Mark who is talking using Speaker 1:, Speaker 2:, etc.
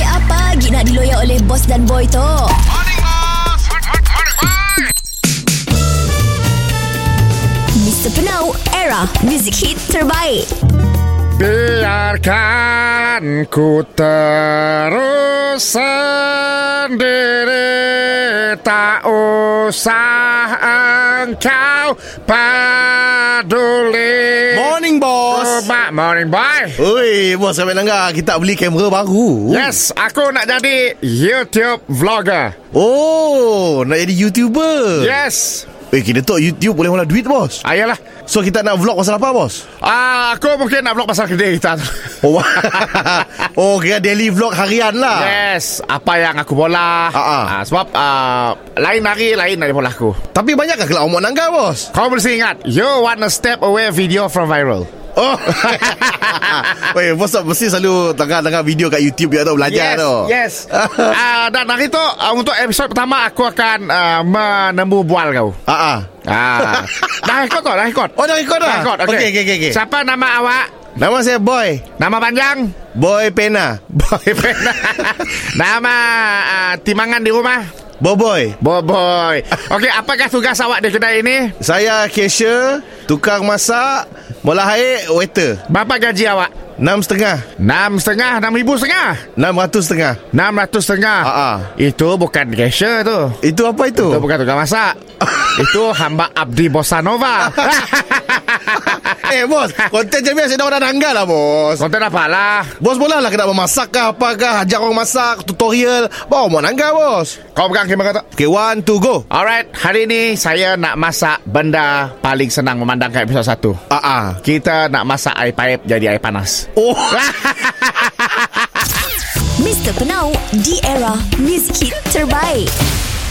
Speaker 1: lagi nak diloyak oleh bos dan boy tu? Mr. Penau, era music hit terbaik.
Speaker 2: Biarkan ku terus sendiri Tak usah engkau peduli
Speaker 3: Morning, boss.
Speaker 2: Good morning boy
Speaker 3: Oi, bos sampai langgar. Kita beli kamera baru.
Speaker 2: Yes, aku nak jadi YouTube vlogger
Speaker 3: Oh, nak jadi YouTuber.
Speaker 2: Yes
Speaker 3: Eh, kita tu YouTube boleh mula duit, bos.
Speaker 2: Ayolah
Speaker 3: So, kita nak vlog pasal apa, bos?
Speaker 2: Ah, aku mungkin nak vlog pasal kedai kita tu.
Speaker 3: Oh, wah. oh kira daily vlog harian lah.
Speaker 2: Yes, apa yang aku bola.
Speaker 3: Ah, ah.
Speaker 2: Ah, sebab ah, lain hari lain dari bola aku.
Speaker 3: Tapi banyak kan kelak umur nangga, bos?
Speaker 2: Kau mesti ingat, you want a step away video from viral.
Speaker 3: Oh. Weh, bos tak mesti selalu tengah-tengah video kat YouTube ya tu belajar
Speaker 2: yes,
Speaker 3: tu.
Speaker 2: yes. Ah, dan hari tu ah, untuk episod pertama aku akan ah, menemu bual kau.
Speaker 3: Ah ah.
Speaker 2: Ah. dah rekod kau, dah rekod.
Speaker 3: Oh, dah record dah.
Speaker 2: rekod.
Speaker 3: Okey, okey, okey, okey.
Speaker 2: Siapa nama awak?
Speaker 3: Nama saya Boy.
Speaker 2: Nama panjang?
Speaker 3: Boy Pena.
Speaker 2: Boyfriend. nama ah, timangan di rumah?
Speaker 3: Boboy.
Speaker 2: Boboy. Okey, apakah tugas awak di kedai ini?
Speaker 3: Saya Kesha, tukang masak, bola air, waiter.
Speaker 2: Berapa gaji awak?
Speaker 3: Enam setengah.
Speaker 2: Enam setengah, enam ribu setengah.
Speaker 3: Enam ratus setengah.
Speaker 2: Enam ratus setengah.
Speaker 3: Ah, ah.
Speaker 2: Itu bukan cashier tu.
Speaker 3: Itu apa itu?
Speaker 2: Itu bukan tukang masak. Itu hamba Abdi Bosanova.
Speaker 3: eh bos, konten macam ni asyik dah orang anggar lah bos.
Speaker 2: Konten apa lah?
Speaker 3: Bos boleh lah kena memasak kah, apakah, ajar orang masak, tutorial. Bawa orang anggar bos.
Speaker 2: Kau pegang kamera tu.
Speaker 3: Okay, one, two, go.
Speaker 2: Alright, hari ini saya nak masak benda paling senang memandangkan episod 1.
Speaker 3: Ah ah.
Speaker 2: Kita nak masak air paip jadi air panas.
Speaker 3: Oh.
Speaker 1: Mr. Penau, di era music hit terbaik.